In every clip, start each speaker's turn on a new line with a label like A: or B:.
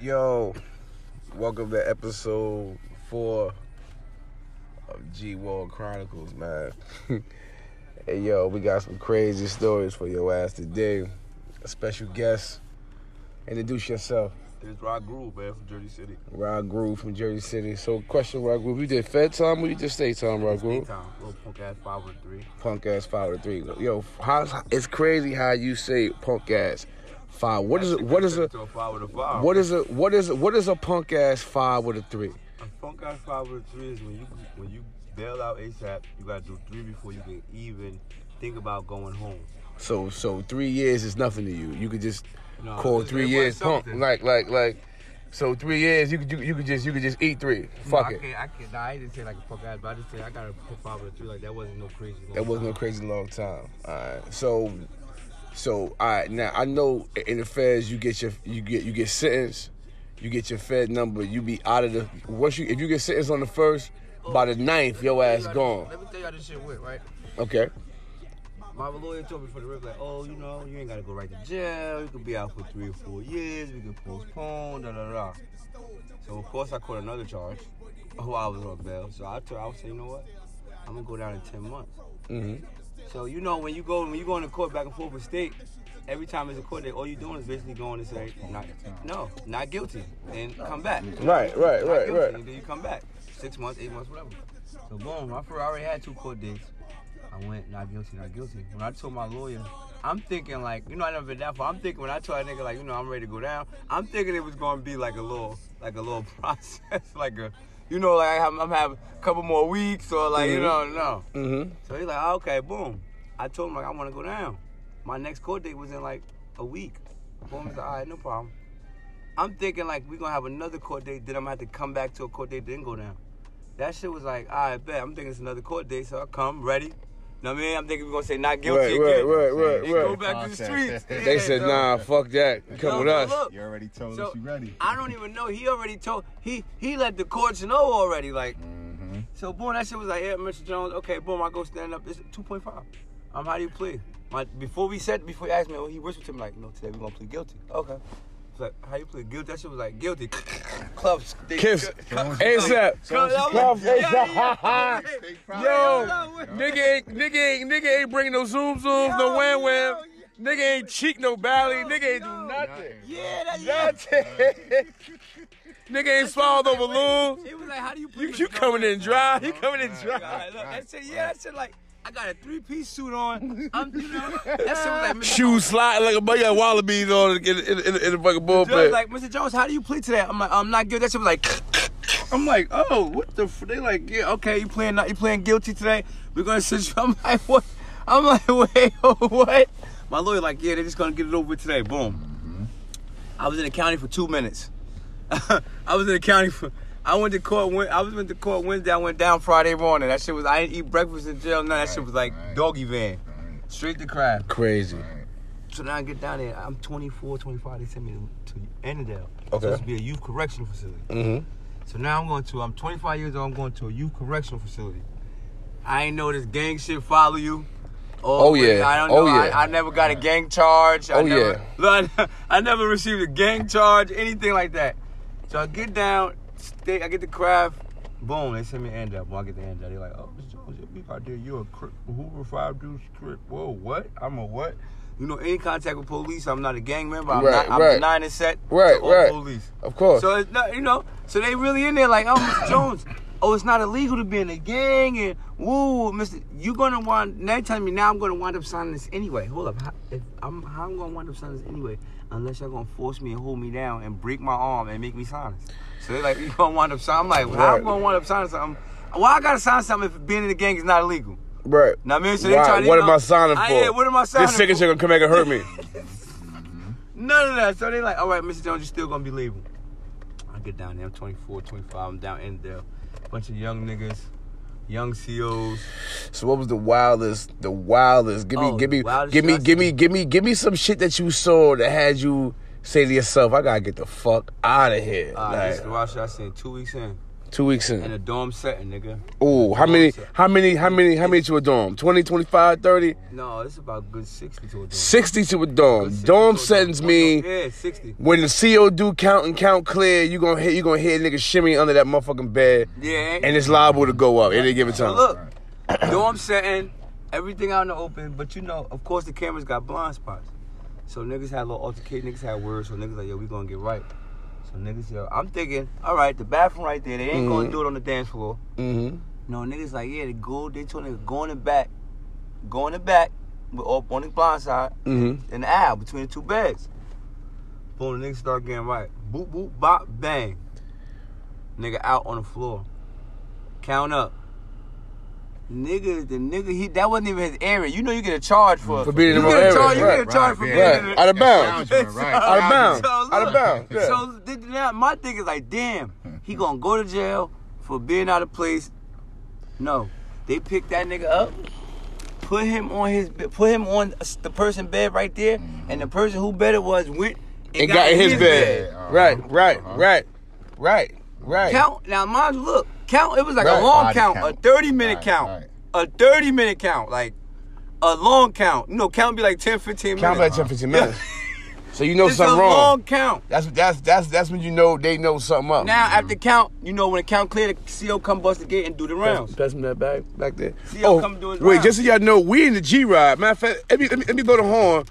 A: Yo, welcome to episode four of G Wall Chronicles, man. hey, yo, we got some crazy stories for your ass today. A special guest. Introduce yourself.
B: It's Rod Groove, man, from Jersey City.
A: Rod Groove from Jersey City. So, question, Rod Groove, you did Fed time or you did State time, Rod Groove?
B: Daytime, little punk ass 513.
A: Punk ass five to three. Yo, how, it's crazy how you say punk ass five. What is it? What is a
B: To a five with a five.
A: what is a what is a, what is a punk ass five with a three?
B: a punk ass five with a three? Is when you when you bail out ASAP, you gotta do three before you can even think about going home.
A: So so three years is nothing to you. You could just
B: No,
A: call
B: it-
A: three
B: it
A: years
B: was
A: punk.
B: something.
A: Like like like. So three years you could you, you could just you could just eat three. Fuck
B: no, I
A: it.
B: can't. I can't. Nah, I didn't say like a punk ass, but I just say I got a punk five with a three. Like that wasn't no crazy.
A: That wasn't a crazy long time. All right. So so all right. Now I know in the feds you get your you get you get sentenced. You get your fed number. You be out of the once you if you get sentenced on the first by the ninth your ass gone.
B: Let me tell you how this shit went, right?
A: Okay.
B: My lawyer told me for the record, like, oh, you know, you ain't gotta go right to jail. You could be out for three or four years. We can postpone, da da da. So of course I caught another charge. Oh, I was on bail. So I told, I was saying, you know what? I'm gonna go down in ten months.
A: Mhm.
B: So you know when you go when you go into court back and forth with state, every time it's a court day, all you're doing is basically going to say, not, no, not guilty, and come back.
A: Right. Right.
B: Not
A: Right.
B: guilty,
A: Right.
B: And then you come back. Six months, eight months, whatever. So boom, I fir- I already had two court dates. I went not guilty, not guilty. When I told my lawyer, I'm thinking like, you know, I never been that far. I'm thinking when I told that nigga like, you know, I'm ready to go down. I'm thinking it was gonna be like a little, like a little process, like a, you know, like I'm, I'm having a couple more weeks or like, you know, no.
A: Mhm.
B: So he's like, "Ah, okay, boom. I told him like I want to go down. My next court date was in like a week. Boom, he's like, all right, no problem. I'm thinking like we gonna have another court date, then I'm gonna have to come back to a court date, then go down. That shit was like, all right, bet. I'm thinking it's another court date, so I come ready. Know what I mean? I'm thinking we're gonna say not guilty
A: Right,
B: again.
A: right, right,
B: Then
A: right,
B: go
A: right.
B: back to the streets.
A: They said nah. Fuck that. You Come with us.
B: Look,
C: You already told
B: So,
C: us you ready.
B: I don't even know. He already told he he let the courts know already. Like, so boom, that shit was like, yeah, Mr. Jones. Okay, boom, I go stand up. It's two point five. Um, how do you plead? My before we said before he asked me, he whispered to me like, no, today we gonna plead guilty. Okay. It's like, how you plead guilty? That shit was like guilty. Clubs. They,
A: Kiss. ASAP. Clubs, ASAP. Yo, nigga ain't, nigga ain't, nigga ain't bringing no zoom zooms, no
B: Yo,
A: wham wham.
B: yo.
A: Nigga ain't cheek no bally.
B: Yo,
A: Nigga ain't do
B: yo.
A: nothing.
B: Yeah, that, yeah.
A: Nothing. nigga ain't swallowed no balloon.
B: It was like, how do you plead?
A: You,
B: Mr.
A: you
B: Jones?
A: coming in dry. You coming in
B: All
A: dry.
B: right, look, that shit, yeah, that shit like, I got a three-piece suit on. I'm, you know, that shit was like, Mr.
A: Shoes slide like a bunch of wallabies on in, in, in, in the fucking
B: Judge
A: bullpen.
B: like, Mr. Jones, how do you plead to that? I'm like, I'm not guilty. That shit was like, I'm like, oh, what the? F-? They like, yeah, okay, you playing not, you playing guilty today? We're gonna sit you. I'm like, what? I'm like, wait, oh, what? My lawyer like, yeah, they're just gonna get it over with today. Boom.
C: Mm-hmm.
B: I was in the county for two minutes. I was in the county for. I went to court. Went, I was went to court Wednesday. I went down Friday morning. That shit was. I didn't eat breakfast in jail. No, that shit was like
C: right.
B: doggy van, straight to crime.
A: Crazy.
B: So now I get down there. I'm 24, 25. They sent me to, to Annandale.
A: Okay.
B: So it's be a youth correctional facility.
A: Mm-hmm.
B: So now I'm going to. I'm 25 years old. I'm going to a youth correctional facility. I ain't know this gang shit follow you.
A: Oh, yeah.
B: I don't
A: Oh,
B: know.
A: yeah.
B: I, I never got a gang charge. I
A: Oh,
B: never,
A: yeah.
B: Look, I, I never received a gang charge, anything like that. So I get down, stay, I get the craft. Boom, they send me an end up. When I get the end up, they're like, oh, Mr. Jones, you'll be out there. You're a crip. Hoover 5 Deuce crip. Whoa, what? I'm a what? You know, any contact with police, I'm not a gang member. I'm
A: Right,
B: not, I'm
A: right.
B: nine and set. to
A: Right,
B: all
A: right.
B: Police.
A: Of course.
B: So it's not, you know, so they really in there like, oh, Mr. Jones, oh, it's not illegal to be in a gang and woo, Mr. You're gonna want. Now you telling me now I'm gonna wind up signing this anyway. Hold up, how, if I'm how I'm gonna wind up signing this anyway unless y'all gonna force me and hold me down and break my arm and make me sign this. So they're like, you gonna wind up signing. I'm like, well, how
A: Right.
B: I'm gonna wind up signing something. Why I gotta sign something if being in the gang is not illegal?
A: right.
B: Now I mean, so they
A: Why-
B: try to,
A: what
B: you
A: am
B: know,
A: I signing for?
B: I- yeah, what am I signing
A: This signature gonna come back and hurt me.
B: None of that. So they like, all right, Mr. Jones, you're still gonna be labeled. I get down there. I'm 24, 25. I'm down in there. Bunch of young niggas, young E COs.
A: So what was the wildest? The wildest. Give me,
B: Oh,
A: give
B: the
A: me,
B: wildest
A: give me,
B: shit I
A: give me,
B: seen.
A: give me, give me some shit that you saw that had you say to yourself, "I gotta get the fuck out of here."
B: Uh,
A: Like,
B: This is the wild shit I seen two weeks in.
A: Two weeks
B: in
A: in.
B: a dorm setting, nigga.
A: Ooh, how
B: dorm
A: many?
B: set.
A: How many? How many? How many to a dorm? 20, 25, 30,
B: No, it's about good 60 to a dorm.
A: 60 to a dorm. Dorm sentence mean
B: Yeah, 60.
A: when the CO do count and count clear, you gonna hear you gonna hear niggas shimmy under that motherfucking bed,
B: Yeah.
A: and it's liable to go up at any given
B: So
A: time.
B: look, dorm setting, everything out in the open, but you know, of course, the cameras got blind spots. So niggas had a little altercation, niggas had words, so niggas like, yo, we gonna get right. So niggas, yo, I'm thinking, all right, the bathroom right there, they ain't gonna
A: Mhm.
B: do it on the dance floor.
A: Mm-hmm.
B: No, niggas like, yeah, they go, they told niggas, go in the back, go in the back, but up on the blind side,
A: Mm-hmm.
B: in the aisle between the two beds. Boom, the niggas start getting right. Boop, boop, bop, bang. Nigga out on the floor. Count up. Nigga, the nigga, he that wasn't even his area. You know you get a charge for
A: For being in
B: you
A: the
B: get a
A: wrong area,
B: charge, You
A: right,
B: get a charge for
C: right,
B: being
C: yeah.
B: in
A: Right.
B: the-
A: Out of bounds.
C: Acknowledgement, right.
B: Out
A: of bounds.
C: Acknowledgement.
B: So,
A: Out of
B: look.
A: bounds, yeah.
B: So th- now my thing is like, damn, he gonna go to jail for being out of place. No, they picked that nigga up, put him on his, be- put him on s- the person bed right there, and the person who bed it was went
A: And Mm-hmm. got in his bed.
C: bed.
A: Right,
C: Uh-huh.
A: right,
C: Uh-huh.
A: right, right, right.
B: Count now, mind you, look, count. It was like
A: Right.
B: a long
C: Body
B: count, a
C: count.
B: thirty minute
C: Right,
B: count,
C: right.
B: a thirty minute count, like a long count. You know, count be like 10, 15
A: Count by
B: minutes.
A: 10, 15 minutes. So you know
B: It's a
A: something wrong.
B: long count.
A: That's that's that's that's when you know they know something up.
B: Now after count, you know when the count clear, the CO come bust the gate and do the
A: pass,
B: rounds.
A: pass me that bag back there.
B: See, I'll come do his
A: Oh, wait,
B: round.
A: just so y'all know, we in the G ride. Matter of fact, let me, let me, let me blow the horn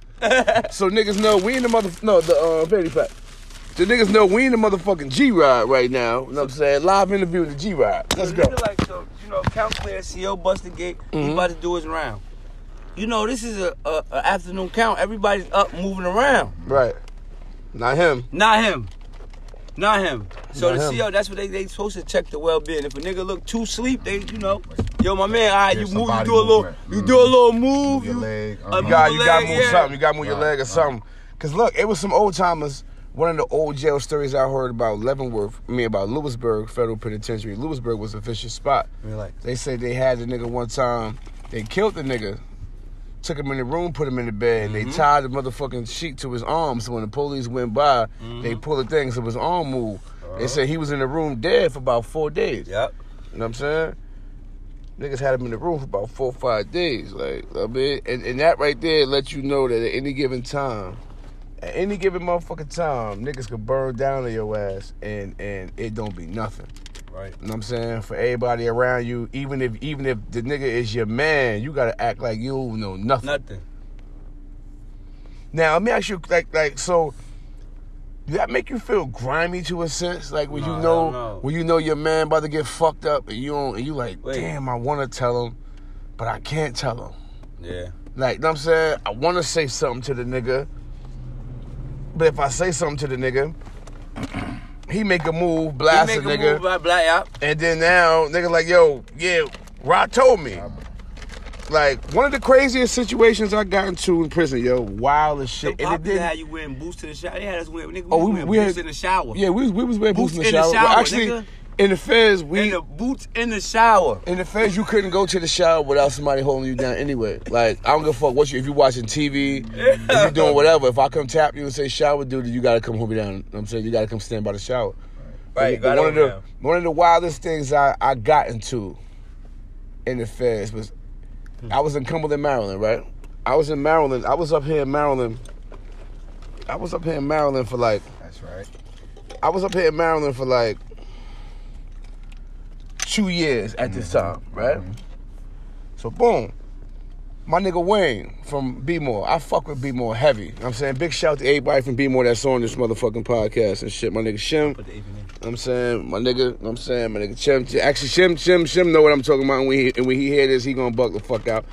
A: so niggas know we in the mother no the uh penny pack. The niggas know we in the motherfucking G ride right now. You know what I'm saying? Live interview with the G ride. Let's
B: So
A: go.
B: nigga like, so, you know, count clear, CO bust the gate. He about to do his round. You know, this is a, a, a afternoon count. Everybody's up, moving around.
A: Right. Not him.
B: Not him. Not him. So
A: Not
B: the
A: him.
B: CO, that's what they they supposed to check the well being. If a nigga look too sleep, they you know, yo, my man, all right, you
C: There's
B: move, you
C: some
B: do a
C: body
B: little,
C: movement.
B: you
C: Mhm.
B: do a
A: Mm-hmm.
B: little move,
C: Move your
B: you-
C: leg.
B: uh,
C: Uh-huh.
A: You gotta, you
B: your
A: gotta
B: leg,
A: move
B: yeah.
A: something. You gotta move your
C: Right,
A: leg or
C: right.
A: something. Cause look, it was some old timers. One of the old jail stories I heard about Leavenworth, I mean about Lewisburg Federal Penitentiary. Lewisburg was a vicious spot.
B: You're like,
A: They said they had the nigga one time. They killed the nigga, took him in the room, put him in the bed, and they tied the motherfucking sheet to his arm. So when the police went by, they pulled the thing so his arm moved. They said he was in the room dead for about four days.
B: Yep.
A: You know what I'm saying? Niggas had him in the room for about four or five days. Like, I mean, and, and that right there lets you know that at any given time, at any given motherfucking time, niggas could burn down to your ass and and it don't be nothing.
B: Right.
A: You know what I'm saying? For everybody around you, even if even if the nigga is your man, you gotta act like you don't know nothing.
B: Nothing.
A: Now let me ask you like like so did that make you feel grimy to a sense? Like when
B: No,
A: you
B: hell
A: know,
B: no.
A: when you know your man about to get fucked up and you don't and you like,
B: Wait.
A: damn, I wanna tell him, but I can't tell him.
B: Yeah.
A: Like, you know what I'm saying? I wanna say something to the nigga. But if I say something to the nigga, he make a move, blast
B: he
A: a
B: make a
A: nigga.
B: move by black out.
A: And then now, nigga, like, yo, yeah, Rod told me. Like, one of the craziest situations I got into in prison, yo, wild as shit.
B: The
A: And it
B: popular had
A: didn't.
B: you wearing boots to the shower. They had us wearing, nigga, we,
A: Oh,
B: was
A: we-
B: wearing
A: we
B: boots
A: had-
B: in the shower.
A: Yeah, we was, we was wearing boots, in the shower. Well, actually,
B: nigga.
A: in the feds,
B: In
A: we.
B: the boots in the shower.
A: In the feds, you couldn't go to the shower without somebody holding you down anyway. Like, I don't give a fuck what you, if you watching TV, if you doing whatever. If I come tap you and say shower duty, you gotta come hold me down. You know what I'm saying? You gotta come stand by the shower.
B: Right, you
A: But
B: gotta
A: one of
B: hold
A: the
B: me down.
A: one of the wildest things I, I got into in the feds was I was in Cumberland, Maryland, right? I was in Maryland. I was up here in Maryland. I was up here in Maryland for like
C: That's right.
A: I was up here in Maryland for like two years at this time, right? So boom. My nigga Wayne from B More. I fuck with B More heavy. You know what I'm saying big shout out to everybody from B More that's on this motherfucking podcast and shit. My nigga Shim.
B: Put the apron in.
A: You know what I'm saying my nigga, you know what I'm saying my nigga Chim, Chim- actually Shim Shim Shim know what I'm talking about and when he, and when he hear this he gonna buck the fuck out.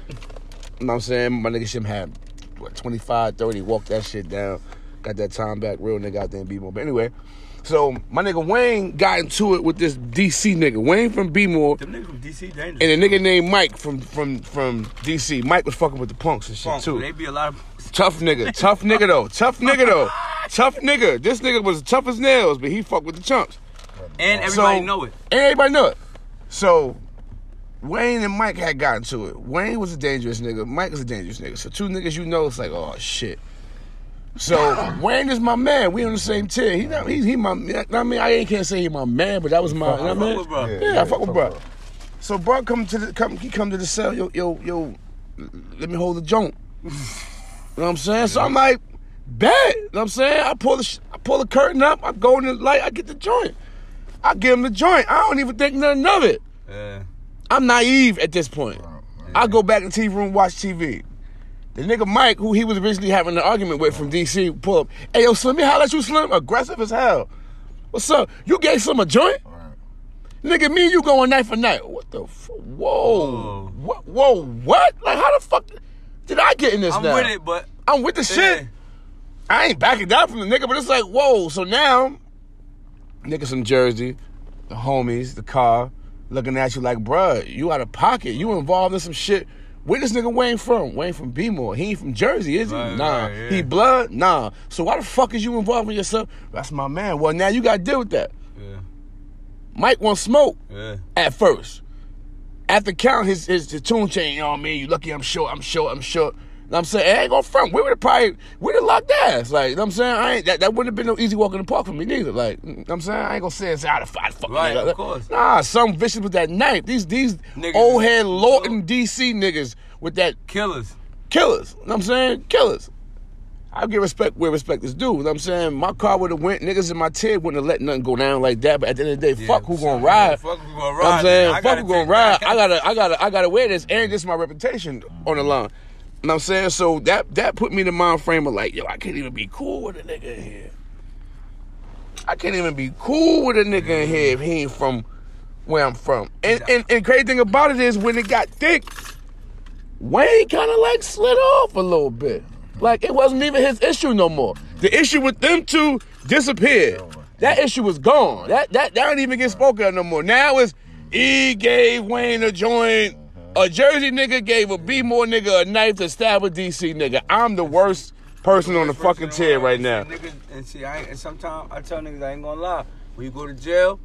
A: You know what I'm saying my nigga Shim had what 25, 30, walked that shit down, got that time back, real nigga out there in B-more. But anyway, so my nigga Wayne got into it with this DC nigga Wayne from B-more
B: Them niggas from DC dangerous.
A: and a nigga named Mike from from from DC. Mike was fucking with the punks and shit
B: Funk,
A: too.
B: They be a lot of
A: Tough nigga, tough nigga though, tough nigga though, tough nigga. This nigga was tough as nails, but he fucked with the chumps.
B: and everybody
A: So-
B: know it.
A: And everybody know it. So Wayne and Mike had gotten to it. Wayne was a dangerous nigga. Mike was a dangerous nigga. So two niggas you know, it's like, oh shit. So Wayne is my man. We on the same tier. He not he, he my. I mean, I ain't can't say he my man, but that was my. You know what
B: I
A: I
B: fuck
A: mean?
B: with bro.
A: Yeah, I fuck with bro. So bro come to the come. He come to the cell. Yo yo yo. Let me hold the joint. you know what I'm saying? So I'm like, bet. You know what I'm saying? I pull the sh- I pull the curtain up. I go in the light. I get the joint. I give him the joint. I don't even think nothing of it.
B: Yeah.
A: I'm naive at this point. I go back to the TV room, watch TV. The nigga Mike, who he was originally having an argument with from DC, pull up. Hey, yo, Slim, me holla at you, Slim. Aggressive as hell. What's up? You gave Slim a joint? Nigga, me and you going night for night. What the fuck? Whoa.
B: Whoa.
A: What? Whoa, what? Like, how the fuck did I get in this
B: I'm
A: now?
B: with it, but
A: I'm with the shit.
B: Yeah.
A: I ain't backing down from the nigga, but it's like, whoa. So now, niggas from Jersey, the homies, the car, looking at you like, bruh, you out of pocket. You involved in some shit. Where this nigga Wayne from? Wayne from Bmore. He ain't from Jersey, is he?
B: Right,
A: nah.
B: right, yeah.
A: He blood? Nah. So why the fuck is you involved with yourself? That's my man. Well, now you gotta deal with that.
B: yeah,
A: Mike wants smoke
B: yeah,
A: at first. After count his his, his tune chain, you know what I mean? You lucky I'm short, I'm short, I'm short. And I'm saying, I ain't gonna front. We would have probably we'd have locked ass. Like, you know what I'm saying? I ain't that, that wouldn't have been no easy walk in the park for me neither. Like, you know what I'm saying? I ain't gonna say it's out of fight fuck.
B: Right,
A: nigga.
B: of course.
A: Nah, some vicious with that knife. These these
B: Niggas
A: old
B: is-
A: head Lawton DC niggas with that
B: killers.
A: killers. You know what I'm saying? Killers. I give respect where respect is due. You know what I'm saying? My car would have went, niggas in my tier wouldn't have let nothing go down like that. But at the end of the day,
B: Yeah,
A: fuck who
B: so,
A: gonna ride.
B: Fuck who gonna
A: You know what
B: ride?
A: I'm saying,
B: nigga. I
A: fuck,
B: gotta
A: we gonna
B: take-
A: ride. I gotta, I gotta, I gotta wear this, and this is my reputation on the line. And I'm saying, so that that put me in the mind frame of like, yo, I can't even be cool with a nigga in here. I can't even be cool with a nigga in here if he ain't from where I'm from. And and, and crazy thing about it is when it got thick, Wayne kind of like slid off a little bit. Like it wasn't even his issue no more. The issue with them two disappeared. That issue was gone. That that that don't even get spoken of no more. Now it's E gave Wayne a joint.
B: Uh-huh.
A: A Jersey nigga gave a B more nigga a knife to stab a DC nigga. I'm the worst person on the fucking tier right now.
B: And see, niggas- and see, I ain't, and sometimes I tell niggas I ain't gonna lie. When you go to jail,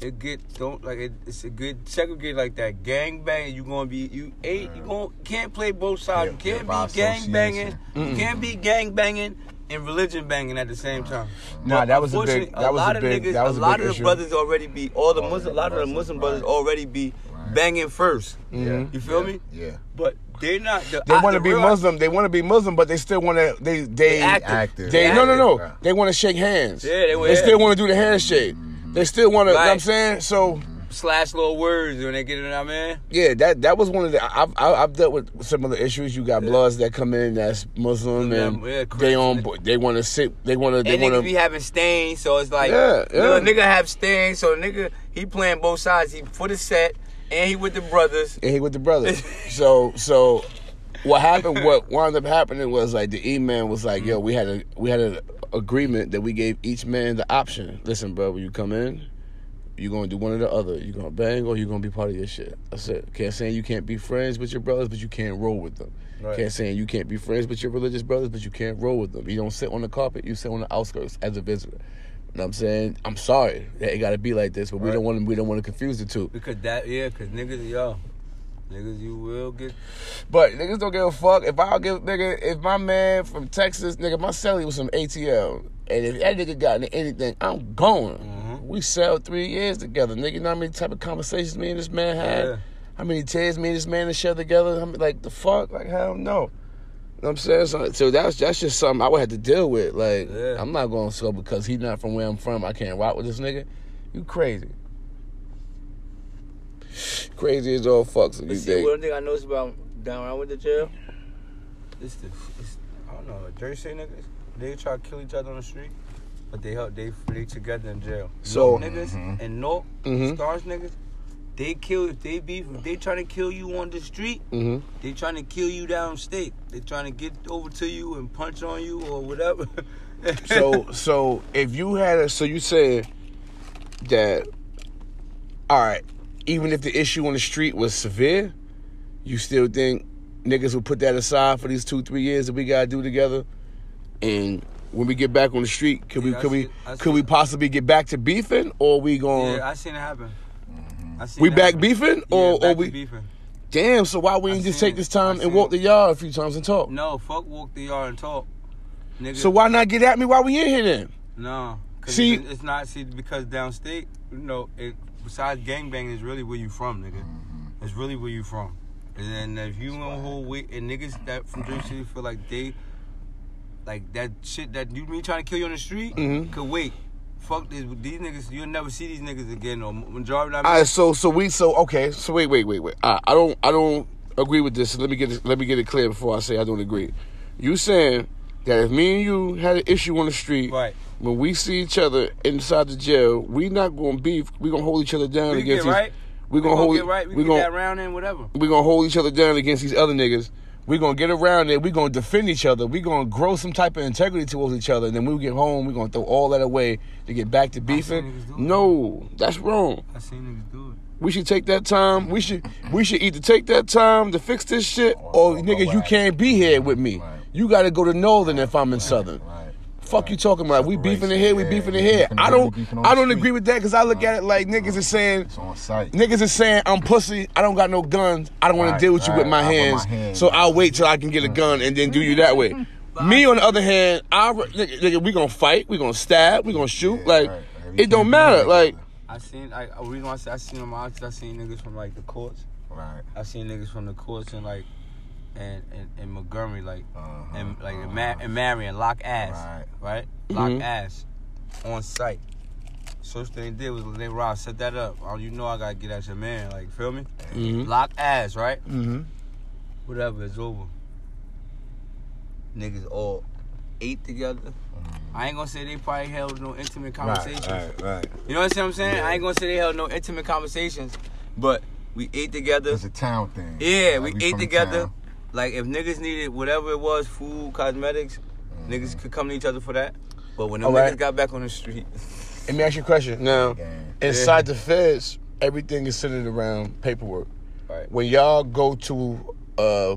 B: it get don't like it, it's a good segregate like that. Gang banging, you gonna be you ain't you gonna can't play both sides.
C: Yeah,
B: you can't
C: yeah, by
B: be gang banging.
C: association.
B: You can't be gang banging and religion banging at the same time.
A: Nah,
B: But
A: that was a big-
B: unfortunately,
A: that was a
B: lot of
A: big-
B: niggas,
A: that was
B: a
A: a
B: lot
A: big
B: of the
A: issue.
B: brothers already be all the
C: Already
B: Muslim, a lot of the
C: Muslim,
B: Muslim
C: right.
B: brothers already be
C: Right.
B: banging first.
C: Yeah.
B: You feel me?
C: Yeah.
B: But they're not. The,
A: They
B: I-
A: want to
B: the
A: be
B: real-
A: Muslim. They want to be Muslim, but they still want to. They they
B: active.
C: Active.
A: They no no no.
C: Active.
A: They want to shake hands.
B: Yeah, they
A: they,
B: wanna- Mm-hmm.
A: still want to do the handshake. They still want to. You know what I'm
B: Right.
A: saying so.
B: slash little words when they get it. I mean,
A: Yeah, that that was one of the I- I've I- I've dealt with similar issues. You got bloods that come in that's Muslim
B: Yeah,
A: and
B: yeah,
A: they
B: Christian.
A: on bo- they want to sit they want to they
B: and niggas
A: want
B: be
A: to
B: having stains, so it's like,
A: Yeah, yeah.
B: nigga, nigga have stains, so nigga he playing both sides. He for the set, and he with the brothers.
A: and he with the brother. so so what happened? What wound up happening was like the E man was like, yo, we had a we had an agreement that we gave each man the option. Listen, bro, when you come in, you're gonna do one or the other. You're gonna bang or you're gonna be part of your shit. That's it. Can't saying you can't be friends with your brothers, but you can't roll with them.
B: Right.
A: Can't saying you can't be friends with your religious brothers, but you can't roll with them. You don't sit on the carpet, you sit on the outskirts as a visitor. You know what I'm saying? I'm sorry that it gotta be like this, but we
B: Right.
A: don't wanna we don't wanna confuse the two.
B: Because that, yeah, because niggas, yo, niggas, you will get.
A: But niggas don't give a fuck. If I'll give nigga, if my man from Texas, nigga, my celly was from ATL. And if that nigga got into anything, I'm going.
B: Mm-hmm.
A: We sell three years together, nigga. You know how many type of conversations me and this man had?
B: Yeah.
A: How many tears me and this man to share together? How many, like the fuck? Like hell no. You know what I'm saying? So, so that's that's just something I would have to deal with. Like
B: Yeah.
A: I'm not going so because he's not from where I'm from. I can't rock with this nigga. You crazy. Crazy as all fucks. if You
D: But see,
A: think.
D: one thing I noticed about down when I went to jail,
B: It's the, it's, I don't know. Jersey niggas, they try to kill each other on the street, but they help. They they together in jail.
A: So-
B: North niggas and no
A: Mhm.
B: stars niggas, they kill if they beef. If they trying to kill you on the street,
A: hmm
B: They trying to kill you downstate. They trying to get over to you and punch on you or whatever.
A: so so if you had a so you said that all right even if the issue on the street was severe you still think niggas will put that aside for these two three years that we gotta do together and when we get back on the street could we
B: Yeah, I
A: could we
B: see- I see
A: could we
B: that.
A: possibly get back to beefing or we going
B: yeah, I seen it happen. I seen
A: we
B: it
A: back
B: happen.
A: beefing
B: Yeah,
A: or
B: back
A: or
B: to
A: we
B: beefing.
A: damn so why we
B: I
A: didn't just
B: seen
A: take
B: it.
A: this
B: I
A: time and
B: seen
A: walk the
B: it.
A: yard a few times and talk
B: No, fuck walk the yard and talk. Nigga.
A: So why not get at me while we in here then?
B: No. 'cause
A: See-
B: it's, it's not see because downstate, you know, it, besides gangbanging is really where you from, nigga.
A: Mm-hmm.
B: It's really where you from. And then if you know who we and niggas that from Dream City feel like they like that shit that you me trying to kill you on the street
A: Mhm.
B: could wait. Fuck this these niggas you'll never see these niggas again or majority of
A: All right, so so we so okay. So wait, wait, wait, wait. I, I don't I don't agree with this. Let me get it, let me get it clear before I say I don't agree. You saying that if me and you had an issue on the street,
B: Right.
A: When we see each other inside the jail, we not gonna beef. We gonna hold each other down
B: we can
A: against
B: get right.
A: these. We gonna hold.
B: get right. We,
A: we
B: can
A: gonna
B: get that round in whatever.
A: we gonna hold each other down against these other niggas. We gonna get around it. We gonna defend each other. We gonna grow some type of integrity towards each other. And then when we get home, we gonna throw all that away to get back to beefing.
B: niggas do it.
A: No, that's wrong.
B: I seen niggas do it.
A: We should take that time. We should we should either take that time to fix this shit, or
C: Or go
A: nigga, you
C: back.
A: can't be here with me.
C: Right.
A: You gotta go to Northern if I'm in Southern.
C: Right.
A: Fuck you talking about? We beefing in here. We
C: Yeah,
A: beefing
C: we
A: in here.
C: beefing
A: I
C: on the-
A: don't
C: we beefing on
A: I
C: the
A: don't
C: street.
A: agree with that because I look at it like niggas is saying
C: It's on site.
A: Niggas is saying I'm pussy. I don't got no guns. I don't want
C: Right,
A: to deal with you with
C: right.
A: my
C: I want my
A: hands.
C: hands.
A: So I'll wait till I can get a gun and then do you that way. Me on the other hand, I re- nigga, nigga, we gonna fight. We gonna stab. We gonna shoot.
C: Yeah,
A: like
C: right. Like, we
A: it don't
C: can't do
A: matter.
C: that.
A: Like
B: I seen I a reason why I, said I seen them out 'cause I seen niggas from like the courts.
C: Right.
B: I seen niggas from the courts and like and and, and Montgomery like
C: Uh-huh,
B: and like in,
C: uh-huh.
B: Ma- in Marion lock ass
C: Right.
B: right, lock
A: Mhm.
B: ass on site. So what they did was they robbed set that up. Oh, you know I gotta get at your man. Like feel me?
C: Mm-hmm.
A: Mhm.
B: Lock ass right.
A: Mhm.
B: Whatever it's over. Niggas all ate together.
C: Mm-hmm.
B: I ain't gonna say they probably held no intimate conversations.
C: Right. Right. right.
B: You know what I'm saying?
C: Yeah.
B: I ain't gonna say they held no intimate conversations, but we ate together.
C: It's a town thing.
B: Yeah,
C: Like,
B: we,
C: from
B: ate
C: the
B: together.
C: town.
B: Like if niggas needed whatever it was, food, cosmetics,
C: Mm-hmm.
B: niggas could come to each other for that. But when the
A: All
B: niggas
A: right.
B: got back on the street,
A: let me ask you a question. Now
C: Gang.
A: inside the feds, everything is centered around paperwork.
B: Right.
A: When y'all go to uh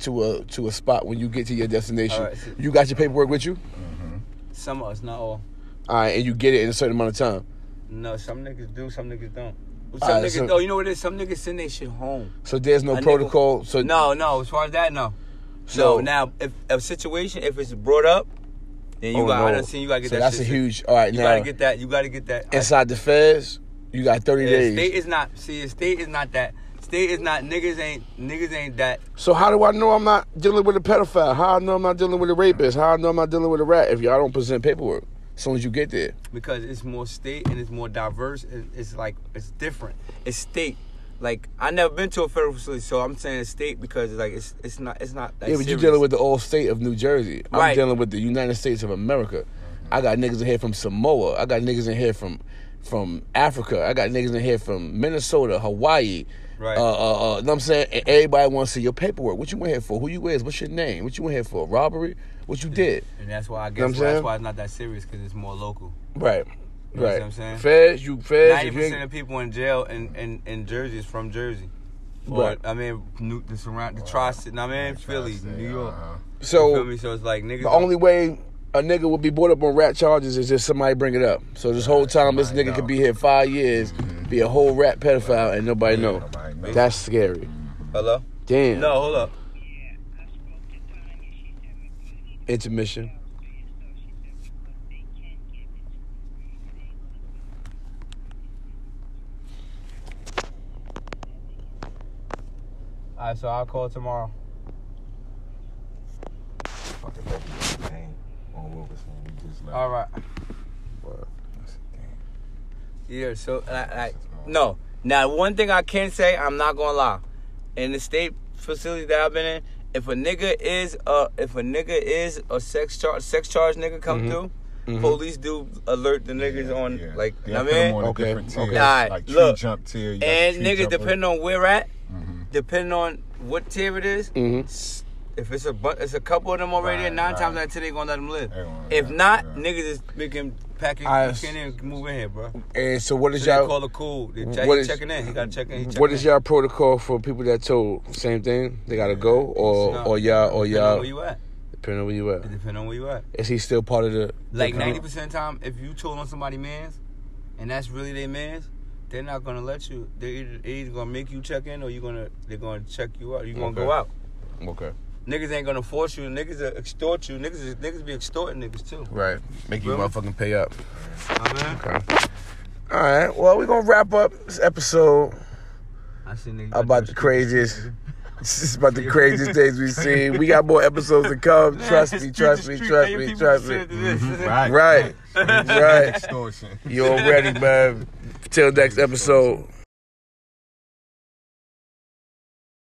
A: to a to a spot when you get to your destination,
B: All right, so-
A: you got your paperwork with you.
B: some of us, not all.
A: All right, and you get it in a certain amount of time.
B: No, some niggas do, some niggas don't. Some
A: All right,
B: niggas,
A: so-
B: oh, you know what it is? Some niggas send their shit home.
A: So there's
B: A
A: no
B: nigga-
A: protocol. so
B: no, no. As far as that, no.
A: Uh, So-
B: no. Now, if a situation, if it's brought up, then you
A: Oh,
B: got.
A: no.
B: I done seen you got to get
A: so
B: that.
A: That's
B: shit
A: a
B: sent.
A: huge. All right,
B: You
A: now
B: gotta get that. You gotta get that. I-
A: inside the feds, you got thirty
B: Yeah,
A: days.
B: state is not. See, state is not that. State is not. Niggas ain't. Niggas ain't that.
A: so how do I know I'm not dealing with a pedophile? How I know I'm not dealing with a rapist? How I know I'm not dealing with a rat if y'all don't present paperwork as soon as you get there?
B: because it's more state and it's more diverse and it's like it's different. It's state. Like I never been to a federal facility, so I'm saying it's state because like it's it's not it's not.
A: yeah, but
B: Like,
A: you're
B: serious.
A: dealing with the old state of New Jersey. I'm
B: Right.
A: dealing with the United States of America. I got niggas in here from Samoa. I got niggas in here from from Africa. I got niggas in here from Minnesota, Hawaii.
B: Right.
A: Uh, uh, uh, know what I'm saying? And everybody wants to see your paperwork. What you went here for? Who you with? What's your name? What you went here for? Robbery? What you did?
B: and that's why
A: know
B: I
A: what
B: guess
A: I'm
B: that's
A: saying?
B: why it's not that serious because it's more local.
A: Right.
B: You know what
A: right.
B: I'm saying?
A: Feds, you feds.
B: Ninety
A: If you
B: percent
A: ain't,
B: of people in jail in in, in Jersey is from Jersey. Or,
A: Right.
B: I mean, New, the surround, the tri-state. Nah, man, Philly,
C: Tri-state,
B: New York.
C: uh-huh.
B: You feel
A: so
B: me? So it's like niggas.
A: the only way a nigga would be brought up on rat charges is if somebody bring it up. So this whole time, this
C: somebody
A: nigga could
C: know.
A: be here five years, be a whole rat pedophile, and nobody know.
C: nobody know.
A: That's scary.
B: hello.
A: Damn.
B: No, hold up.
A: Intermission.
B: All right, so I'll call tomorrow.
C: Fucking paperwork, gang. On Wilkerson, we just left.
B: All right.
C: Word. That's the thing.
B: Yeah, so I, I, no. Now, one thing I can say, I'm not gonna lie. In the state facility that I've been in, if a nigga is a if a nigga is a sex charge sex charge nigga come
A: Mm-hmm.
B: through, police do alert the niggas
C: Yeah,
B: on
C: yeah.
B: like
C: They
B: you know
C: put
B: what I
C: them
B: mean,
C: on a
A: Okay,
C: different tier,
A: okay.
B: Alright,
C: like tree
B: look.
C: jump Mm-hmm. tier. you got
B: and
C: tree
B: niggas
C: jumper.
B: depending on where at, depending on what tier it is,
A: Mhm.
B: s- If it's a bu- it's a couple of them already,
C: Right,
B: there, nine times
C: right.
B: out of ten they gonna let them live.
C: They gonna-
B: If
C: yeah,
B: not,
C: yeah.
B: niggas is making packing.
A: I-
B: can't even move in here, bro.
A: And so, what is
B: So they
A: y'all?
B: call the cool. They check,
A: what is-
B: checking in. He got to check in. He checking
A: What is
B: in.
A: y'all protocol for people that told same thing? They gotta go, or
B: No.
A: or y'all, or
B: Depending on
A: y'all,
B: where you at.
A: depending on where you
B: It
A: at.
B: depends on where you at.
A: Is he still part of the?
B: Like
A: the-
B: ninety percent of the time, if you told on somebody man's, and that's really their man's, they're not gonna let you. They're either, they're either gonna make you check in, or you gonna they're gonna check you out. You gonna
A: Okay.
B: go out.
A: Okay.
B: Niggas ain't gonna force you. Niggas will extort you. Niggas, is- niggas be extorting niggas too.
A: Right. Make you
B: Really?
A: motherfucking pay up.
B: My man.
A: Okay. All right. Well, we're gonna wrap up this episode
B: I see niggas.
A: about the craziest. This is about the craziest things we've seen. We got more episodes to come. Trust me, trust me, trust me, trust me.
C: Right.
A: Right, right.
C: Extortion.
A: You already, man. Till next episode.